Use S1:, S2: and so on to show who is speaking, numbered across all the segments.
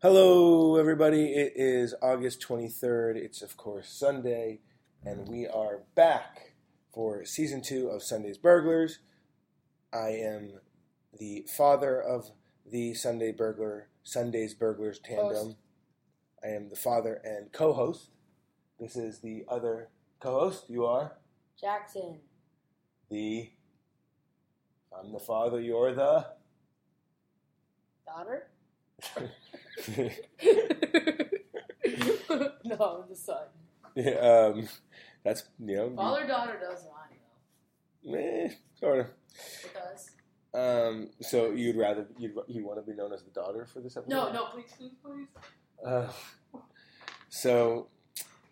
S1: Hello, everybody. It is August 23rd. It's, of course, Sunday, and we are back for season two of Sunday's Burglars. I am the father of the Sunday Burglar, Sunday's Burglars tandem.
S2: Host.
S1: I am the father and co host. This is the other co host. You are
S2: Jackson.
S1: the. I'm the father, you're the.
S2: Daughter? no, I'm the son.
S1: um, that's, you know.
S2: Father daughter does rhyme though.
S1: Eh, sort of.
S2: It does.
S1: Um, so you'd rather you'd you want to be known as the daughter for this episode?
S2: No, no, please, please, please.
S1: Uh, so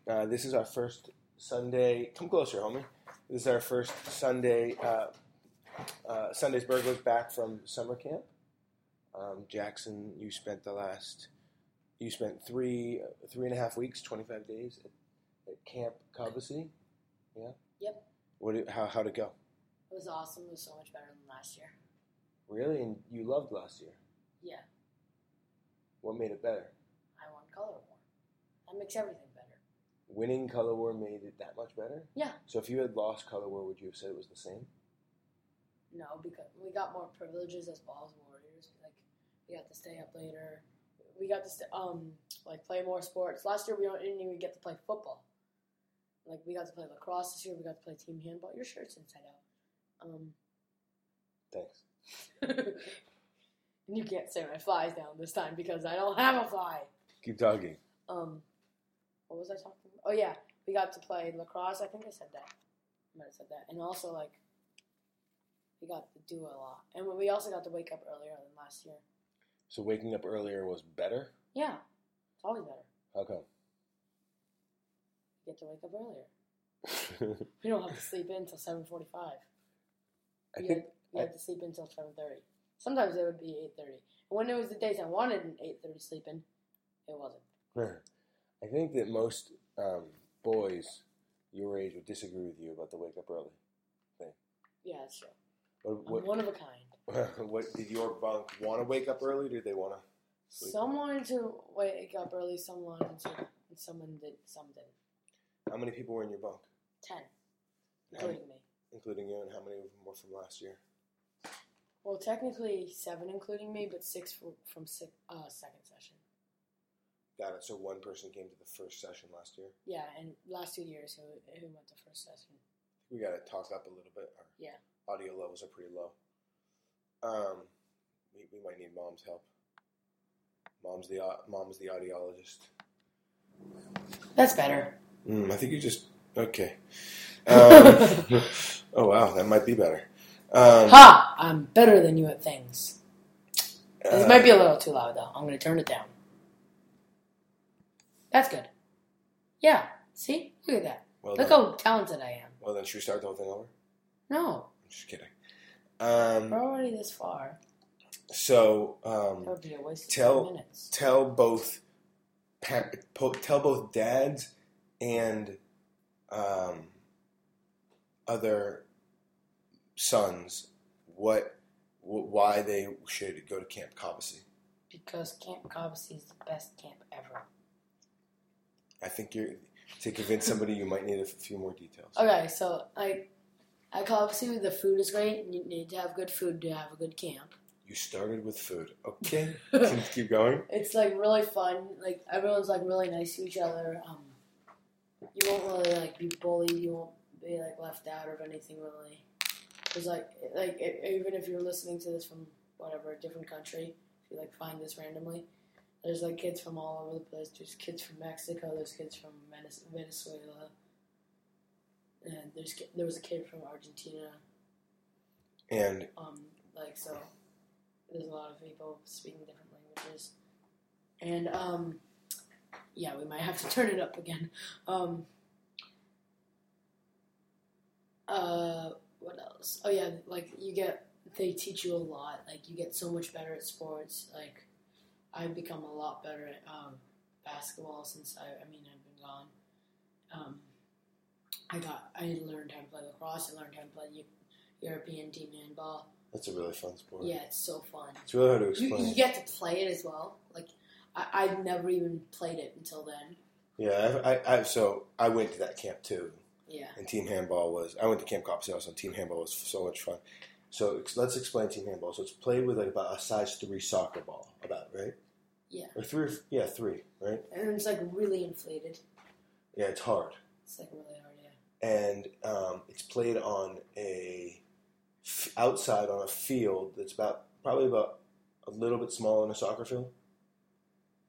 S1: uh, this is our first Sunday. Come closer, homie. This is our first Sunday. Uh, uh, Sunday's burglars back from summer camp. Um, Jackson, you spent the last. You spent three three and a half weeks, twenty five days at, at Camp Cobbacy. Yeah.
S2: Yep.
S1: What? do- How how'd it go?
S2: It was awesome. It was so much better than last year.
S1: Really? And you loved last year.
S2: Yeah,
S1: What made it better?
S2: I won color war. That makes everything better.
S1: winning Color War made it that much better?
S2: Yeah.
S1: So if you had lost Color War, would you have said it was the same?
S2: No, because we got more privileges as balls warriors. Like we got to stay up later. We got to st- um like play more sports. Last year we don't, didn't even get to play football. Like we got to play lacrosse this year. We got to play team handball. Your shirt's inside out. Um,
S1: Thanks.
S2: and you can't say my fly's down this time because I don't have a fly.
S1: Keep talking.
S2: Um, what was I talking? about? Oh yeah, we got to play lacrosse. I think I said that. I might have said that. And also like, we got to do a lot, and we also got to wake up earlier than last year.
S1: So waking up earlier was better?
S2: Yeah, it's always better.
S1: How come?
S2: You get to wake up earlier. We don't have to sleep in until seven forty-five.
S1: I
S2: You
S1: think
S2: had, you had to sleep until seven thirty. Sometimes it would be eight thirty. And when it was the days I wanted an eight thirty sleep in, it wasn't.
S1: I think that most um, boys your age would disagree with you about the wake up early.
S2: Yeah, that's true.
S1: What,
S2: I'm
S1: what,
S2: one of a kind.
S1: what did your bunk want to wake up early? Did they want to? Sleep.
S2: Some wanted to wake up early, some wanted to, and someone did, some didn't.
S1: How many people were in your bunk,
S2: Ten,
S1: How many-
S2: including me.
S1: including you, and how many of them were from last year?
S2: Well, technically seven, including me, but six from, from six, uh, second session.
S1: Got it. So one person came to the first session last year.
S2: Yeah, and last two years, who, who went to first session?
S1: we got to talk up a little bit. Our
S2: Yeah.
S1: audio levels are pretty low. Um, we, we might need mom's help. Mom's the au- mom's the audiologist.
S2: That's better.
S1: Mm, I think you just okay. Um, oh wow, that might be better. Um,
S2: Ha! I'm better than you at things. This
S1: uh,
S2: might be a little too loud, though. I'm going to turn it down. That's good. Yeah, see? Look at that.
S1: well,
S2: Look
S1: done.
S2: how talented I am.
S1: well then, should we start the whole thing over?
S2: No,
S1: I'm just kidding.
S2: we're
S1: Um,
S2: already this far.
S1: so
S2: That
S1: um,
S2: would be a waste of
S1: Tell-
S2: 10 minutes.
S1: tell both pa- po- tell both dads and um, other sons what wh- why they should go to Camp Cobbacy.
S2: because Camp Cobbacy is the best camp ever.
S1: I think you're to convince somebody you might need a f- few more details.
S2: Okay, so like at Cobbacy, the food is great. You need to have good food to have a good camp.
S1: You started with food. Okay, Can- keep going.
S2: It's like really fun. Like everyone's like really nice to each other. Um, you won't really like be bullied. You won't be like left out of anything really. It's like like e- even if you're listening to this from whatever a different country, if you like find this randomly, there's like kids from all over the place. There's kids from Mexico. There's kids from Venez- Venezuela. And there's ki- there was a kid from Argentina.
S1: And
S2: Um, like so, there's a lot of people speaking different languages, and um, yeah, we might have to turn it up again. Um, uh, what else? Oh yeah, like you get they teach you a lot. Like you get so much better at sports. Like I've become a lot better at um, basketball since I. I mean, I've been gone. Um, I got. I learned how to play lacrosse. I learned how to play European team handball.
S1: that's a really fun sport.
S2: Yeah, it's so fun.
S1: It's really hard to
S2: You,
S1: explain.
S2: you get to play it as well. Like I, I'd never even played it until then.
S1: Yeah, I, I, I so I went to that camp too,
S2: Yeah.
S1: and team handball was. I went to camp cop sales, and team handball was so much fun. So ex- let's explain team handball. So it's played with like about a size three soccer ball, about right?
S2: Yeah.
S1: Or three? or f- Yeah, three. Right?
S2: And it's like really inflated.
S1: Yeah, it's hard,
S2: It's like really hard, yeah.
S1: and um, it's played on a f- outside on a field that's about probably about a little bit smaller than a soccer field.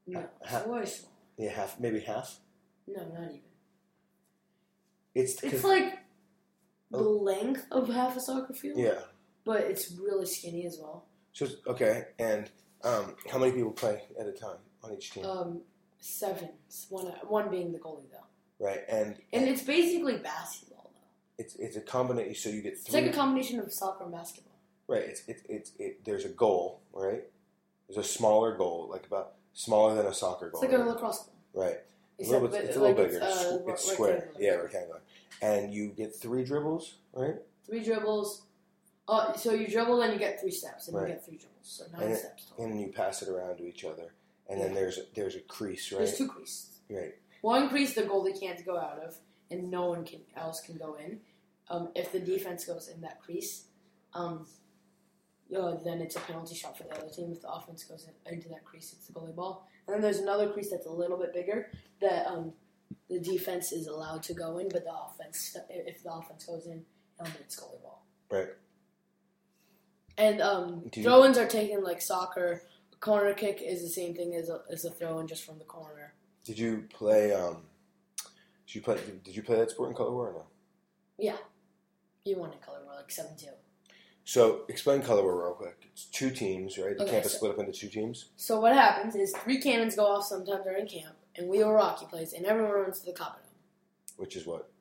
S2: No.
S1: Uh, Ha-
S2: Way small.
S1: Yeah, half maybe half.
S2: No, not even.
S1: It's,
S2: It's
S1: cause-
S2: like the
S1: Oh.
S2: length of half a soccer field.
S1: yeah.
S2: But it's really skinny as well.
S1: So it's- okay, and um, how many people play at a time on each team?
S2: Um, seven. It's One, uh, one being the goalie, though.
S1: right, and
S2: And it's basically basketball, though.
S1: it's it's a combination. So you get
S2: It's
S1: three.
S2: like a combination of soccer and basketball.
S1: right, it's it's it's it, there's a goal, right? There's a smaller goal, like about smaller than a soccer
S2: It's
S1: goal.
S2: like a lacrosse ball.
S1: right, a
S2: Except
S1: little bit,
S2: with-
S1: it's a little
S2: like
S1: bigger.
S2: It's, uh,
S1: It's, it's
S2: re-
S1: square,
S2: rectangular.
S1: yeah, rectangular, and you get three dribbles, right?
S2: Three dribbles. Uh, so you dribble, then you get three steps, and
S1: Right.
S2: you get three dribbles. So nine
S1: And it-
S2: steps total.
S1: And you pass it around to each other, and then
S2: Yeah.
S1: there's there's a crease, right?
S2: There's two creases.
S1: Right,
S2: One crease the goalie can't go out of, and no one can else can go in. Um, if the defense goes in that crease, um, uh, then it's a penalty shot for the other team. If the offense goes in, into that crease, it's the goalie ball. And then there's another crease that's a little bit bigger that um, the defense is allowed to go in, but the offense, if the offense goes in, um, it's goalie ball.
S1: right.
S2: And um,
S1: Do you-
S2: throw-ins are taken like soccer. Corner kick is the same thing as a, as a throw-in, just from the corner.
S1: Did you play? Um, did you play? Did you play that sport in color war or no?
S2: You won in color, we're like seven-two.
S1: So explain color war real quick. It's two teams, right? The
S2: Okay,
S1: camp is
S2: so-
S1: split up into two teams.
S2: So what happens is three cannons go off sometime during camp, and we were Rocky plays, and everyone runs to the Copper
S1: Which is what?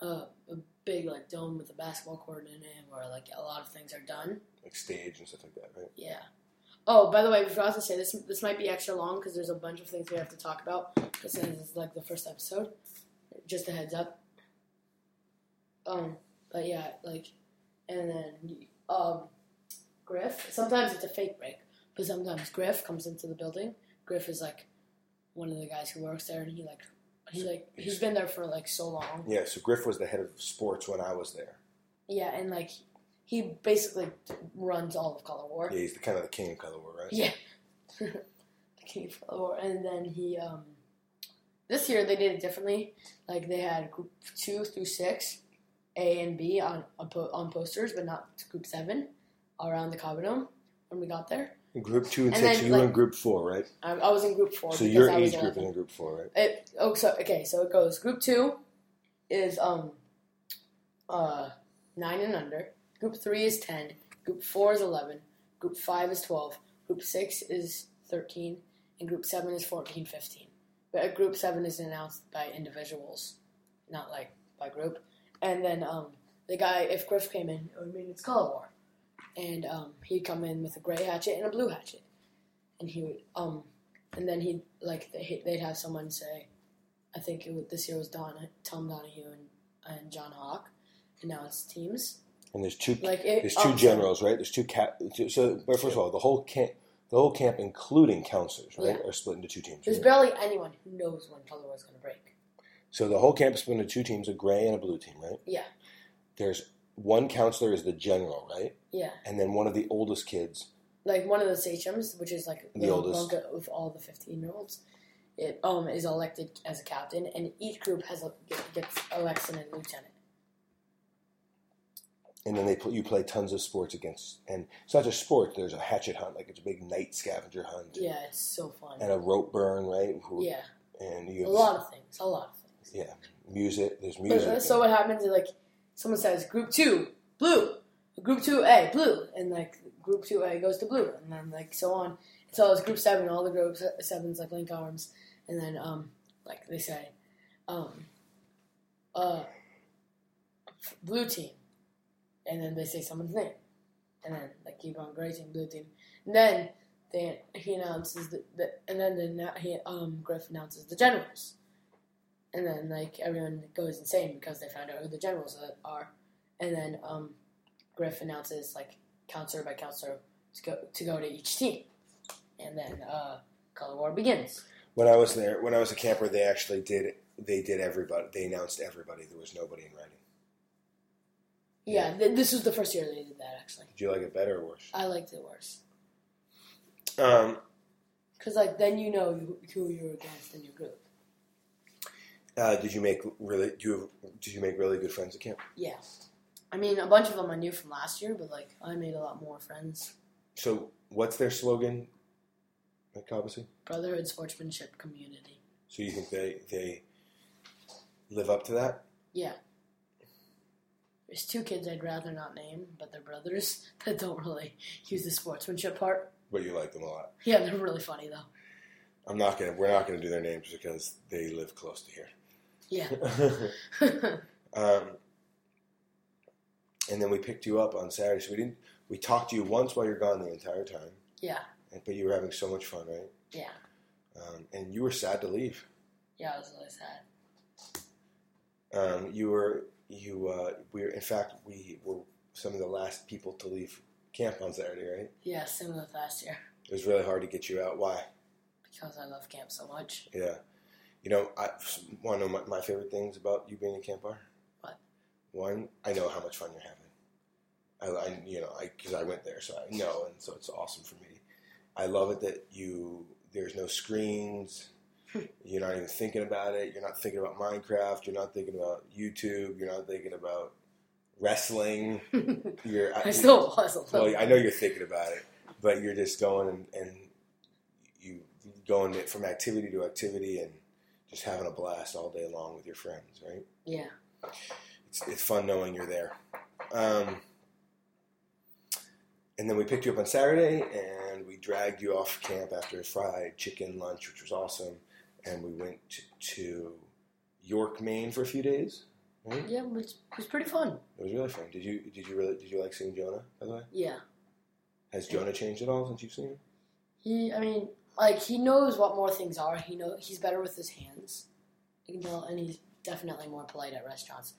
S2: Dome, uh, a big like dome with a basketball court in it, where like a lot of things are done.
S1: Like stage and stuff like that, right?
S2: Yeah. Oh, by the way, we forgot to say this. This might be extra long because there's a bunch of things we have to talk about. This is like the first episode. Just a heads up. Um, but yeah, like, and then um, Griff. Sometimes it's a fake break, but sometimes Griff comes into the building. Griff is like one of the guys who works there, and he like he like he's been there for like so long.
S1: Yeah. So Griff was the head of sports when I was there.
S2: Yeah, and like he basically runs all of Color War.
S1: Yeah, he's the kind of the king of color war, right?
S2: Yeah. King Flower. And then he, um, this year they did it differently. Like they had group two through six, A and B on on, po- on posters, but not group seven around the Cobodome when we got there.
S1: In group two and,
S2: And
S1: six.
S2: then,
S1: you were in
S2: like-
S1: group four, right?
S2: I, I was in group four.
S1: So
S2: because
S1: your
S2: I was
S1: age group is
S2: 11.
S1: in group four, right?
S2: It, oh, so okay. So it goes group two is um uh nine and under. Group three is ten. Group four is eleven. Group five is twelve. Group six is thirteen, and group seven is 14, 15. But uh, group seven is announced by individuals, not like by group. And then um the guy, if Griff came in, it would mean it's color war, and um he'd come in with a gray hatchet and a blue hatchet, and he would um and then he'd like they- they'd have someone say, I think it was, this year was Don Tom Donahue and, and John Hawk announce teams.
S1: And there's two.
S2: Like it,
S1: there's two
S2: um,
S1: generals, right? There's two cap. Two, so, but first of all, the whole camp, the whole camp, including counselors, right,
S2: Yeah.
S1: are split into two teams.
S2: There's
S1: right?
S2: barely anyone who knows when color was going to break.
S1: So the whole camp is split into two teams: a gray and a blue team, right?
S2: Yeah.
S1: There's one counselor is the general, right?
S2: Yeah,
S1: And then one of the oldest kids
S2: like one of the sachems, which is like
S1: The oldest.
S2: bunker of all the fifteen year olds, it um is elected as a captain, and each group has a, gets elects and a lieutenant.
S1: and then they pl- you play tons of sports against, and it's not just sports. There's a hatchet hunt, like it's a big night scavenger hunt,
S2: Yeah, it's so fun.
S1: and a rope burn, right? Who-
S2: yeah,
S1: and you
S2: a
S1: have
S2: lot of things, a lot of things.
S1: yeah, music. There's
S2: But,
S1: music.
S2: uh, so what happens is like someone says group two blue, group two A blue, and like group two A goes to blue, and then like so on. So it's group seven. All the group se- sevens like link arms, and then um like they say, um uh blue team, and then they say someone's name, and then like keep on gray team, blue team, and then. They, he announces the, the and then the, na- he um Griff announces the generals, and then like everyone goes insane because they found out who the generals are- are, and then um, Griff announces like counselor by counselor to go to go to each team, and then uh, color war begins.
S1: When I was there, when I was a camper, they actually did they did everybody. They announced everybody. There was nobody in writing.
S2: Yeah, th- this was the first year they did that actually.
S1: Did you like it better or worse?
S2: I liked it worse
S1: Um,
S2: because like then you know who- who you're against in your group.
S1: uh, did you make really? Do you, did you make really good friends at camp?
S2: Yeah, I mean a bunch of them I knew from last year, but like I made a lot more friends.
S1: So what's their slogan at Cobbessy?
S2: Brotherhood, sportsmanship, community.
S1: So you think they they live up to that?
S2: Yeah. There's two kids I'd rather not name, but they're brothers that don't really use the sportsmanship part.
S1: But you like them a lot.
S2: Yeah, they're really funny though.
S1: I'm not gonna. We're not gonna do their names because they live close to
S2: Yeah.
S1: here.
S2: yeah,
S1: um, and then we picked you up on Saturday. So we didn't. We talked to you once while you're gone the entire time. and- But you were having so much fun, right?
S2: yeah.
S1: Um, and you were sad to leave.
S2: Yeah, I was really sad.
S1: Um, you were you uh, we were in fact we were some of the last people to leave camp on Saturday, right?
S2: Yeah, same with last year.
S1: It was really hard to get you out. Why?
S2: Because I love camp so much.
S1: Yeah. You know, I want to know my, my favorite things about you being a camp bar.
S2: What?
S1: One, I know how much fun you're having. I, I you know, I because I went there, so I know, and so it's awesome for me. I love it that you there's no screens. you're not even thinking about it. You're not thinking about Minecraft. You're not thinking about YouTube. You're not thinking about wrestling. You're
S2: I still was a little.
S1: well, I know you're thinking about it, but you're just going and, and you going from activity to activity and just having a blast all day long with your friends, right?
S2: Yeah.
S1: It's, it's fun knowing you're there. Um, and then we picked you up on Saturday and we dragged you off camp after a fried chicken lunch, which was awesome. And we went to, to York, Maine for a few days. Right?
S2: Yeah, which was pretty fun.
S1: It was really fun. Did you did you really did you like seeing Jonah? By the way,
S2: Yeah.
S1: has Jonah changed at all since you've seen him?
S2: He, I mean, like he knows what more things are. He know he's better with his hands. You can tell, and he's definitely more polite at restaurants.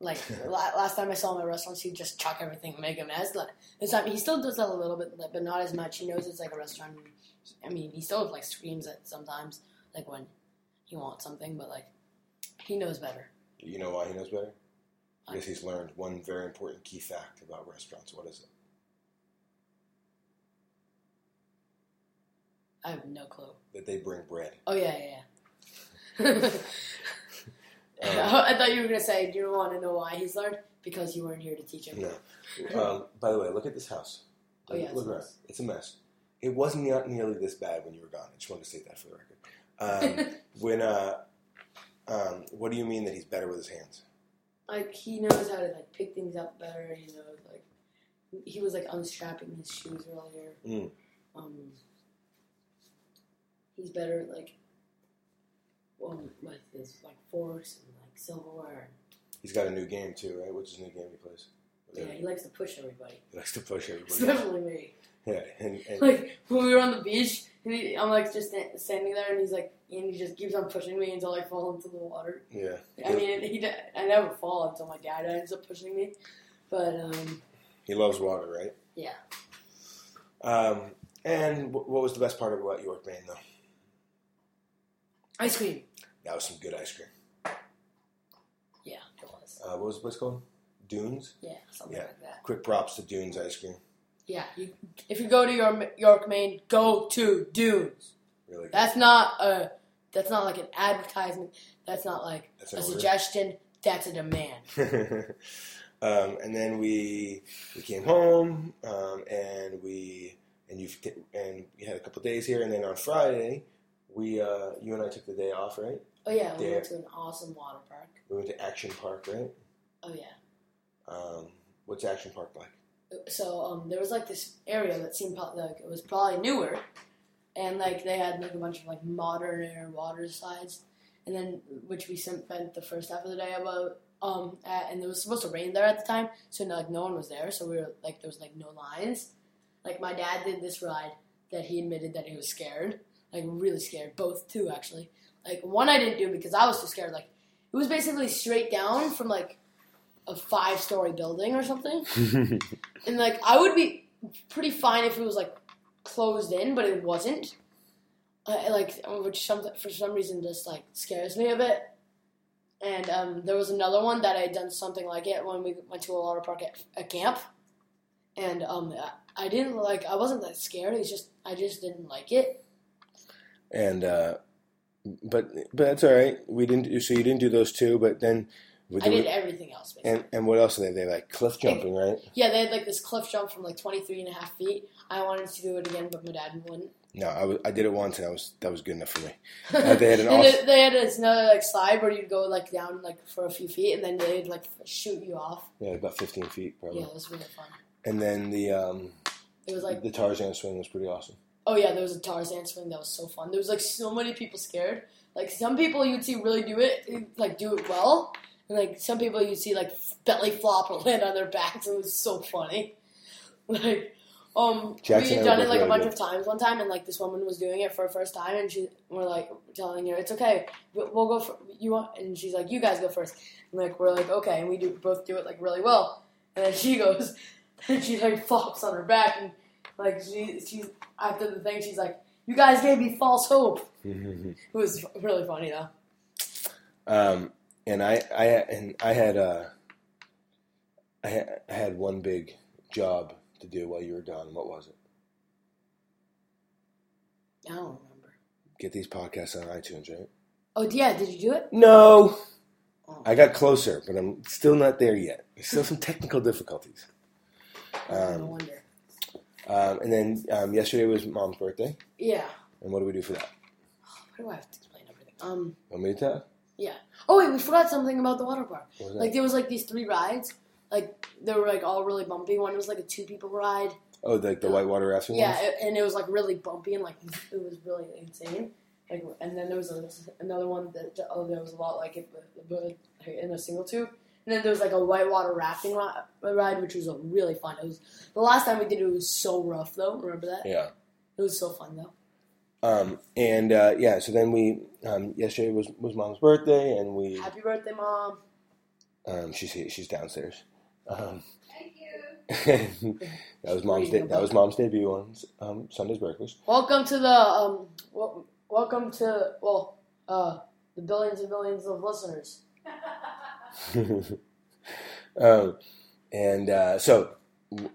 S2: Like la- last time I saw him at restaurants, he'd just chuck everything, and make a mess. Like, this time he still does that a little bit, but not as much. He knows it's like a restaurant. I mean, he still like screams at sometimes, like when he wants something, but like he knows better.
S1: You know why he knows better? Because he's learned one very important key fact about restaurants. What is it?
S2: I have no clue.
S1: That they bring bread.
S2: Oh yeah, yeah. yeah. I thought you were gonna say, "Do you want to know why he's learned?" Because you weren't here to teach him.
S1: No. Um, by the way, look at this house.
S2: Oh, yeah,
S1: look
S2: it's a
S1: around.
S2: mess.
S1: It's a mess. It wasn't ne- nearly this bad when you were gone. I just wanted to say that for the record. Um, when, uh, um, what do you mean that he's better with his hands?
S2: like he knows how to like pick things up better. He knows like he was like unstrapping his shoes earlier.
S1: Mm.
S2: Um, he's better like um, with his like forks and like silverware.
S1: He's got a new game too, right? What's his new game he plays?
S2: Yeah, he likes to push everybody.
S1: He likes to push
S2: It's
S1: everybody.
S2: definitely me.
S1: yeah, and, and
S2: Like when we were on the beach, and he, I'm like just sta- standing there, and he's like, and he just keeps on pushing me until I fall into the water.
S1: yeah.
S2: I mean, he di- I never fall until my dad ends up pushing me, but um,
S1: He loves water, right?
S2: yeah.
S1: Um, and wh- what was the best part about York, Maine, though?
S2: Ice cream.
S1: That was some good ice cream.
S2: Yeah, it was.
S1: Uh, what was the place called? Dunes.
S2: Yeah, something
S1: Yeah.
S2: like that.
S1: Quick props to Dunes ice cream.
S2: Yeah, you, if you go to your York, Maine, go to Dunes.
S1: Really good.
S2: That's not a. That's not like an advertisement. That's not like
S1: That's
S2: a
S1: an order.
S2: suggestion. That's a demand.
S1: um, and then we we came home um, and we and you have and we had a couple days here and then on Friday we uh, you and I took the day off right
S2: Oh yeah, we
S1: Yeah.
S2: went to an awesome water park.
S1: we went to Action Park right
S2: Oh yeah.
S1: um, what's Action Park like
S2: So um, there was like this area that seemed pro- like it was probably newer, and like they had like a bunch of like modern water slides, and then which we spent the first half of the day about um at, and it was supposed to rain there at the time, so like no one was there, so we were like there was like no lines. Like my dad did this ride that he admitted that he was scared, like really scared, both two actually. Like one I didn't do because I was too scared. Like it was basically straight down from like a five story building or something. And like I would be pretty fine if it was like closed in, but it wasn't. I, like which some for some reason just like scares me a bit. And um, there was another one that I had done something like it when we went to a water park at a camp, and um, I, I didn't like I wasn't that scared. It's just I just didn't like it.
S1: And uh, but but that's all right. We didn't do, so you didn't do those two, but then we
S2: I did everything else. Basically.
S1: and and what else are they? They like cliff jumping, right?
S2: yeah, they had like this cliff jump from like 23 and a half feet. I wanted to do it again, but my dad wouldn't.
S1: No, I, was, I did it once, and I was that was good enough for me. Uh, they had an
S2: And
S1: awesome-
S2: they- they had this another like slide where you'd go like down like for a few feet, and then they'd like shoot you off.
S1: Yeah, about fifteen feet probably.
S2: Yeah, it was really fun.
S1: And then the um,
S2: It was like
S1: the Tarzan swing was pretty awesome.
S2: Oh yeah, there was a Tarzan swing that was so fun. There was like so many people scared. Like some people you'd see really do it, like do it well, and like some people you'd see like belly flop or land on their backs. It was so funny. Like, um,
S1: Jackson
S2: we had
S1: and I both
S2: done it like a
S1: really
S2: bunch
S1: good.
S2: of times one time, and like this woman was doing it for the first time, and she we're like telling her it's okay, we- we'll go for you want, and she's like you guys go first, and like we're like okay, and we do both do it like really well, and then she goes, and she like flops on her back, and like she she after the thing, she's like, "You guys gave me false hope." It was really funny though.
S1: Um, and I, I, and I had, uh, I had, I had one big job to do while you were gone. What was it?
S2: I don't remember.
S1: Get these podcasts on iTunes, right?
S2: Oh yeah, did you do it?
S1: No,
S2: Oh.
S1: I got closer, but I'm still not there yet. There's still some technical difficulties.
S2: no
S1: Um,
S2: wonder.
S1: um, and then um, yesterday was mom's birthday,
S2: Yeah.
S1: and what do we do for that?
S2: Why do I have to explain everything? Um.
S1: Want me to tell?
S2: Oh wait, we forgot something about the water park.
S1: What was that?
S2: Like there was like these three rides. Like they were like all really bumpy. One was like a two people ride.
S1: oh, like the whitewater rafting.
S2: Yeah,
S1: ones?
S2: it, and it was like really bumpy and like it was really insane. Like, and then there was a, another one that that- oh, there was a lot like it, but, but like, in a single tube. And then there was like a whitewater rafting ri- ride, which was uh, really fun. It was the last time we did it, it was so rough though. Remember that?
S1: Yeah.
S2: It was so fun though.
S1: Um, and uh, yeah, so then we um, yesterday was was mom's birthday, and we
S2: Happy birthday, mom!
S1: um, she's here- she's downstairs. Um,
S3: Thank you.
S1: that was mom's de- that was mom's debut on um, Sunday's Breakfast.
S2: Welcome to the um, wel- welcome to well, uh, the billions and billions of listeners.
S1: um, and uh, so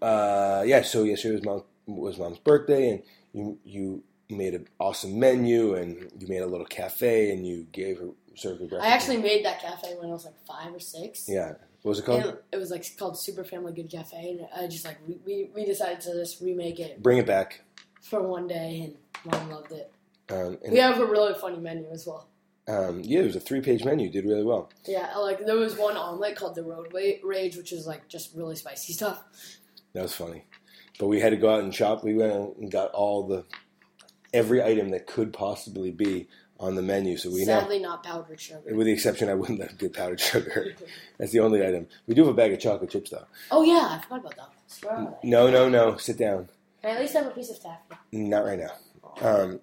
S1: uh, yeah, so yesterday was mom was mom's birthday, and you you made an awesome menu, and you made a little cafe, and you gave her served her breakfast.
S2: I actually made that cafe when I was like five or six.
S1: yeah, what was it called?
S2: And it was like called Super Family Good Cafe, and I just like we, we, we decided to just remake it
S1: Bring it back.
S2: for one day, and mom loved it.
S1: Um, and,
S2: We have a really funny menu as well.
S1: um, yeah, it was a three page menu. You Did really well.
S2: Yeah, like there was one omelet called the Road Wa- Rage, which is like just really spicy stuff.
S1: That was funny. But we had to go out and shop. We went out and got all the every item that could possibly be on the menu. So we
S2: Sadly, not powdered
S1: now,
S2: sugar.
S1: with the exception, I wouldn't let get powdered sugar. That's the only item. We do have a bag of chocolate chips, though.
S2: Oh yeah, I forgot about that. Swear on it.
S1: No, no, no. Sit down.
S2: Can I at least have a piece of taffy?
S1: Not right now. Um,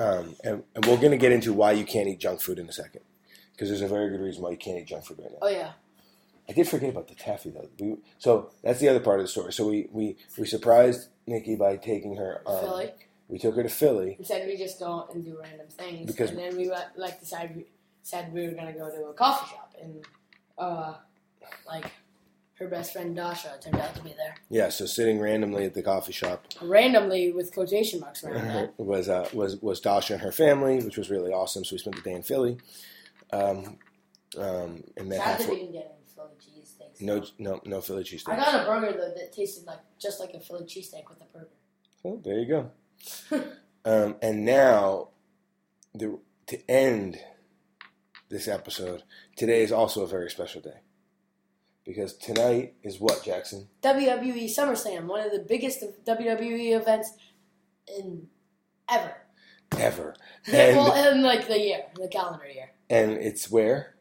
S1: um, and, and we're going to get into why you can't eat junk food in a second. Because there's a very good reason why you can't eat junk food right now.
S2: Oh yeah,
S1: I did forget about the taffy though. We, so that's the other part of the story. So we, we, we surprised Nikki by taking her. Um,
S2: Philly.
S1: We took her to Philly,
S2: Instead, we just go and do random things,
S1: Because-
S2: and then we went, like decided we said we were gonna go to a coffee shop, and uh, like her best friend Dasha turned out to be there.
S1: Yeah, so sitting randomly at the coffee shop
S2: randomly with quotation marks around that.
S1: was uh, was was Dasha and her family, which was really awesome. So we spent the day in Philly, um, um, and then
S2: Sad that we
S1: halfway,
S2: didn't get any Philly cheesesteaks.
S1: no no no Philly cheesesteak.
S2: I got a burger though that tasted like just like a Philly cheesesteak with a burger.
S1: Well, Oh, there you go. um, and now, the, to end this episode, today is also a very special day because tonight is what Jackson.
S2: WWE E SummerSlam, one of the biggest of WWE events in ever.
S1: Ever and
S2: well, in like the year, the calendar year.
S1: and it's where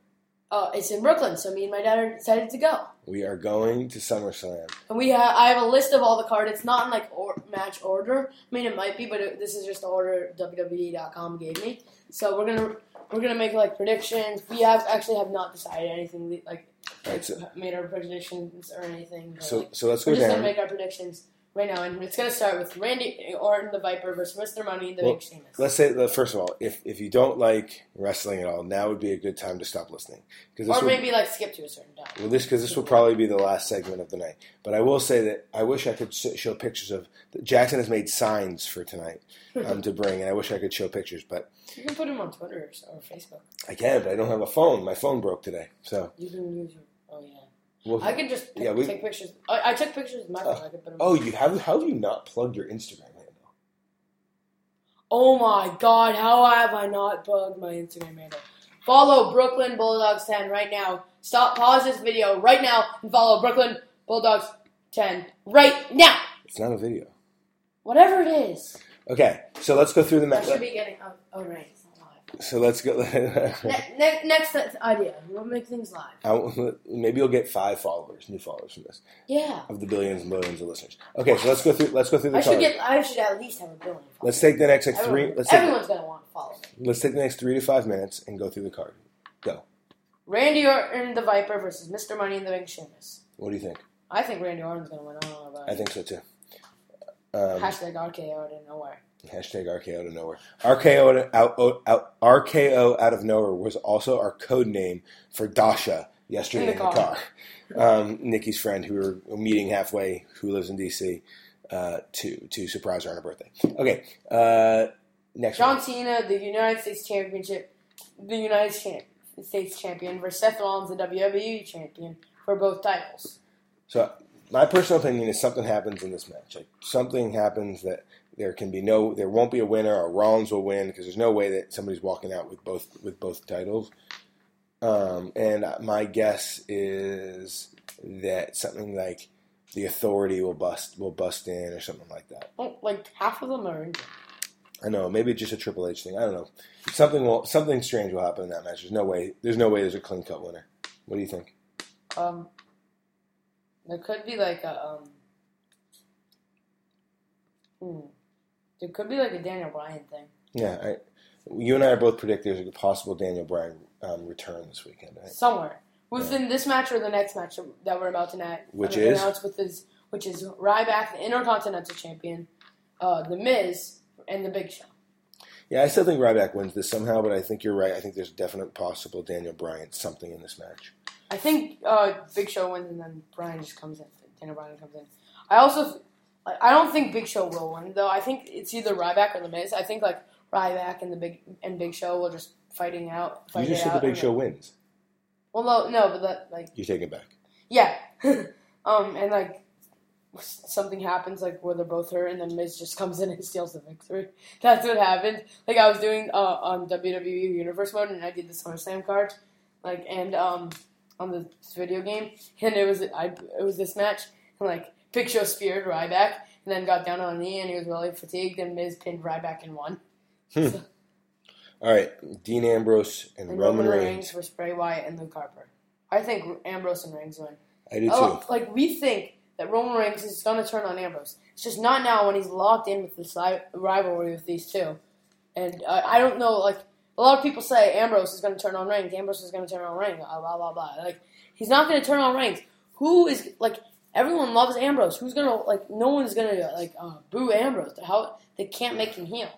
S2: Oh, it's in Brooklyn, so me and my dad are decided to go.
S1: we are going to SummerSlam.
S2: And we have, I have a list of all the cards. It's not in like or, match order. I mean, it might be, but it, this is just the order WWE.com gave me. So we're gonna we're gonna make like predictions. We have actually have not decided anything we- like
S1: All right, so,
S2: made our predictions or anything. But,
S1: so
S2: like,
S1: so let's go
S2: we're just
S1: down.
S2: gonna make our predictions. right now, and it's gonna start with Randy Orton, the Viper, versus Mr. Money, the
S1: Well,
S2: Big Sheamus.
S1: Let's say, that- first of all, if, if you don't like wrestling at all, now would be a good time to stop listening. Because
S2: Or maybe like skip to a certain time.
S1: Well, this because this will probably be the last segment of the night. But I will say that I wish I could s- show pictures of Jackson has made signs for tonight
S2: Hmm.
S1: um, to bring, and I wish I could show pictures, but
S2: You can put him on Twitter or, or Facebook.
S1: I can. But I don't have a phone. My phone broke today, so
S2: You can use your. Oh yeah,
S1: we'll,
S2: I can just
S1: Yeah, we-
S2: take pictures. I, I took pictures with my phone. I could put them.
S1: oh, you have how have you not plugged your Instagram handle?
S2: Oh my god, how have I not bugged my Instagram handle? Follow Brooklyn Bulldogs 10 right now. Stop, pause this video right now and follow Brooklyn Bulldogs 10 right now.
S1: It's not a video.
S2: Whatever it is.
S1: Okay, so let's go through the
S2: I should
S1: match.
S2: be getting. Oh, oh right. It's not live.
S1: So let's go.
S2: Ne- ne- next th- idea. We'll make things live.
S1: I will- maybe you'll get five followers, new followers from this,
S2: Yeah.
S1: of the billions and millions of listeners. Okay, so let's go through. Let's go through the.
S2: I should
S1: card.
S2: get. I should at least have a billion. followers.
S1: let's take the next like three.
S2: Everyone-
S1: Let's take,
S2: everyone's gonna want to follow me.
S1: let's take the next three to five minutes and go through the card. Go.
S2: Randy Orton, the Viper, versus Mr. Money and the Big Sheamus.
S1: What do you think?
S2: I think Randy Orton's gonna win. I don't know about
S1: I
S2: it.
S1: think so too. Um,
S2: Hashtag RKO out of nowhere.
S1: hashtag RKO out of nowhere. RKO out, out, out RKO out of nowhere was also our code name for Dasha yesterday in the,
S2: In the
S1: car.
S2: car.
S1: Um, Nikki's friend who we were meeting halfway, who lives in DC, uh, to to surprise her on her birthday. Okay, uh, next
S2: John
S1: one.
S2: Cena, the United States Championship, the United Champ- States Champion versus Seth Rollins, the WWE Champion for both titles.
S1: So my personal opinion is something happens in this match. Like something happens that there can be no, there won't be a winner, or Rollins will win because there's no way that somebody's walking out with both with both titles. Um, and my guess is that something like the authority will bust will bust in or something like that.
S2: Oh, like half of them are injured.
S1: I know, maybe it's just a Triple H thing. I don't know. Something will something strange will happen in that match. There's no way. There's no way. There's a clean cut winner. What do you think?
S2: Um, there could be like a um. Hmm. There could be like a Daniel Bryan thing.
S1: Yeah, I, you and I are both predict there's a possible Daniel Bryan um, return this weekend, right?
S2: somewhere within this match or the next match that we're about to na-
S1: Which
S2: uh,
S1: is?
S2: announce with his, which is Ryback, the Intercontinental Champion, uh, the Miz, and the Big Show.
S1: Yeah, I still think Ryback wins this somehow, but I think you're right. I think there's a definite possible Daniel Bryan something in this match.
S2: I think uh, Big Show wins, and then Brian just comes in. Daniel Bryan comes in. I also, I I don't think Big Show will win though. I think it's either Ryback or the Miz. I think like Ryback and the Big and Big Show will just fighting out. Fight
S1: You just
S2: it
S1: said the
S2: out,
S1: Big
S2: and
S1: Show
S2: then-
S1: wins.
S2: Well, no, no, but that like.
S1: You take it back.
S2: Yeah. um, and like something happens like where they're both hurt, and then Miz just comes in and steals the victory. That's what happened. Like I was doing uh, on WWE Universe mode, and I did the SummerSlam card, like and um on the video game, and it was I it was this match, and like Big Show speared Ryback, and then got down on a knee, and he was really fatigued, and Miz pinned Ryback and won.
S1: All right, Dean Ambrose and,
S2: And
S1: Roman, Reigns.
S2: versus Bray Wyatt and Luke Harper. I think Ambrose and Reigns win.
S1: I do too.
S2: Oh, like we think that Roman Reigns is going to turn on Ambrose. It's just not now when he's locked in with this li- rivalry with these two. And uh, I don't know, like a lot of people say, Ambrose is going to turn on Reigns. Ambrose is going to turn on Reigns. Blah blah blah blah. Like he's not going to turn on Reigns. Who is like everyone loves Ambrose? Who's going to like? No one's going to like uh, boo Ambrose. How they can't make him heel.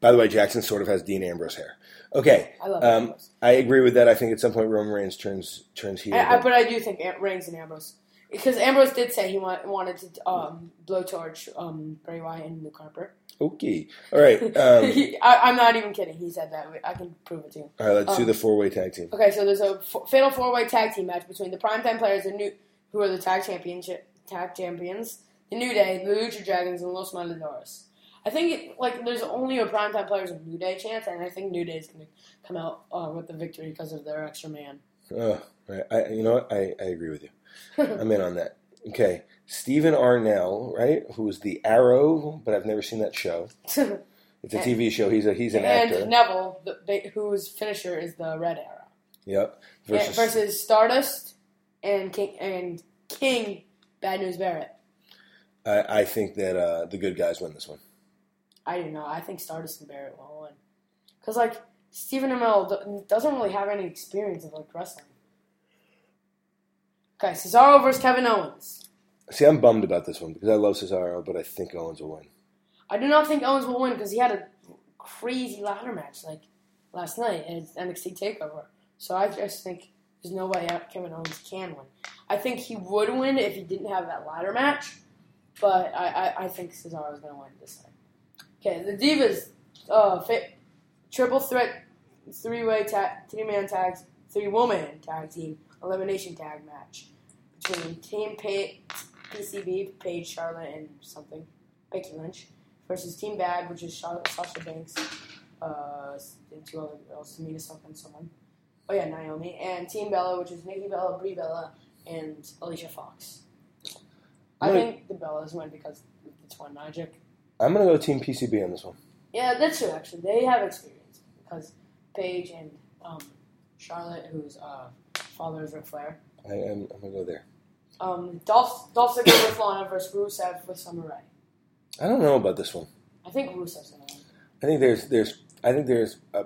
S1: By the way, Jackson sort of has Dean Ambrose hair. Okay,
S2: I love
S1: um,
S2: Ambrose.
S1: I agree with that. I think at some point Roman Reigns turns turns heel.
S2: I, I,
S1: but-
S2: but I do think Am- Reigns and Ambrose, because Ambrose did say he wa- wanted to um, blowtorch um, Bray Wyatt and Luke Harper.
S1: okay, all right. Um,
S2: He- I, I'm not even kidding. He said that. I can prove it to you.
S1: all right, let's do
S2: um,
S1: the four way tag team.
S2: Okay, so there's a f- fatal four way tag team match between the primetime players, the new, who are the tag championship tag champions, the New Day, the Lucha Dragons, and Los Matadores. I think it, like there's only a primetime players and New Day chance, and I think New Day's gonna come out uh, with the victory because of their extra man.
S1: Oh, I, I, you know what? I, I agree with you. I'm in on that. Okay. Stephen Arnell, right? Who was the Arrow, but I've never seen that show.
S2: and
S1: It's a TV show. He's a he's an actor.
S2: Neville, the, they- whose finisher is the Red Arrow,
S1: Yep.
S2: versus,
S1: Versus,
S2: versus Stardust and King and King Bad News Barrett.
S1: I, I think that uh, the good guys win this one.
S2: I don't know. I think Stardust and Barrett will win. Because, like, Stephen Amell do- doesn't really have any experience of, like, wrestling. Okay, Cesaro versus Kevin Owens.
S1: See, I'm bummed about this one because I love Cesaro, but I think Owens will win.
S2: I do not think Owens will win because he had a crazy ladder match like last night at NXT Takeover. So I just think there's no way out Kevin Owens can win. I think he would win if he didn't have that ladder match, but I, I, I think Cesaro's going to win this time. Okay, the Divas uh, fit, triple threat, three way ta three man tags, three woman tag team elimination tag match between Team Pay, PCB, Paige, Charlotte, and something, Becky Lynch, versus Team Bad, which is Charlotte, Sasha Banks, uh, and two other girls, Tamina something, someone. Oh yeah, Naomi, and Team Bella, which is Nikki Bella, Brie Bella, and Alicia Fox. I
S1: Right.
S2: think the Bellas win because of the twin magic.
S1: I'm gonna go Team PCB on this one.
S2: Yeah, that's true. Actually, they have experience because Paige and um, Charlotte, whose uh, father is Ric Flair,
S1: I, I'm, I'm gonna go there.
S2: um, Dolph Dolph Ziggler with Lana versus Rusev with Summer Rae.
S1: I don't know about this one.
S2: I think Rusev's gonna win.
S1: I think there's there's I think there's a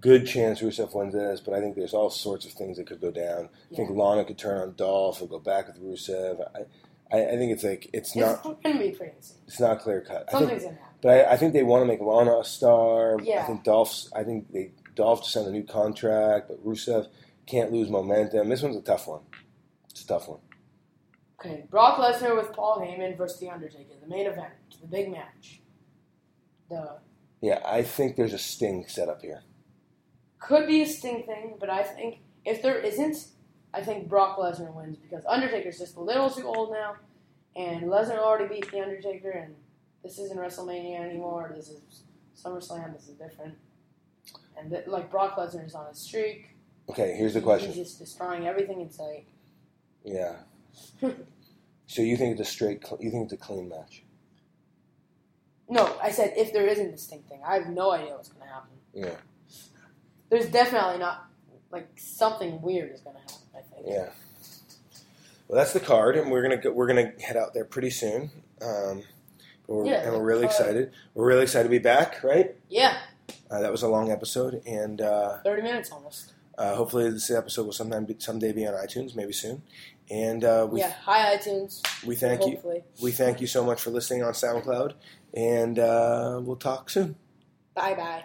S1: good chance Rusev wins this, but I think there's all sorts of things that could go down. I think
S2: Yeah.
S1: Lana could turn on Dolph and go back with Rusev. I, I, I think it's like it's
S2: It's
S1: not
S2: gonna be pretty insane.
S1: it's not clear cut. I think,
S2: Something's gonna happen.
S1: but I, I think they want to make Lana a star. I
S2: Yeah.
S1: think Dolph's I think they Dolph just signed a new contract, but Rusev can't lose momentum. This one's a tough one. It's a tough one.
S2: Okay, Brock Lesnar with Paul Heyman versus The Undertaker, the main event, the big match. The
S1: Yeah, I think there's a sting set up here.
S2: could be a sting thing, but I think if there isn't, I think Brock Lesnar wins because Undertaker's just a little too old now, and Lesnar already beat the Undertaker, and this isn't WrestleMania anymore. This is SummerSlam. This is different. And th- like Brock Lesnar is on a streak.
S1: Okay, here's the
S2: He-
S1: question.
S2: He's just destroying everything in sight.
S1: Yeah. So you think it's a straight? cl- You think it's a clean match?
S2: no, I said if there isn't a sting thing, I have no idea what's gonna happen.
S1: Yeah.
S2: There's definitely not like something weird is gonna happen. I think.
S1: Yeah. Well, that's the card, and we're gonna go, we're gonna head out there pretty soon. Um, but we're,
S2: Yeah,
S1: and
S2: the
S1: we're really
S2: card.
S1: excited. We're really excited to be back, right?
S2: Yeah,
S1: Uh, that was a long episode, and uh,
S2: thirty minutes almost.
S1: uh, hopefully this episode will sometime be, someday be on iTunes, maybe soon. And uh, we
S2: yeah. Hi iTunes.
S1: we thank you
S2: hopefully.
S1: we thank you so much for listening on SoundCloud, and uh, we'll talk soon.
S2: Bye bye.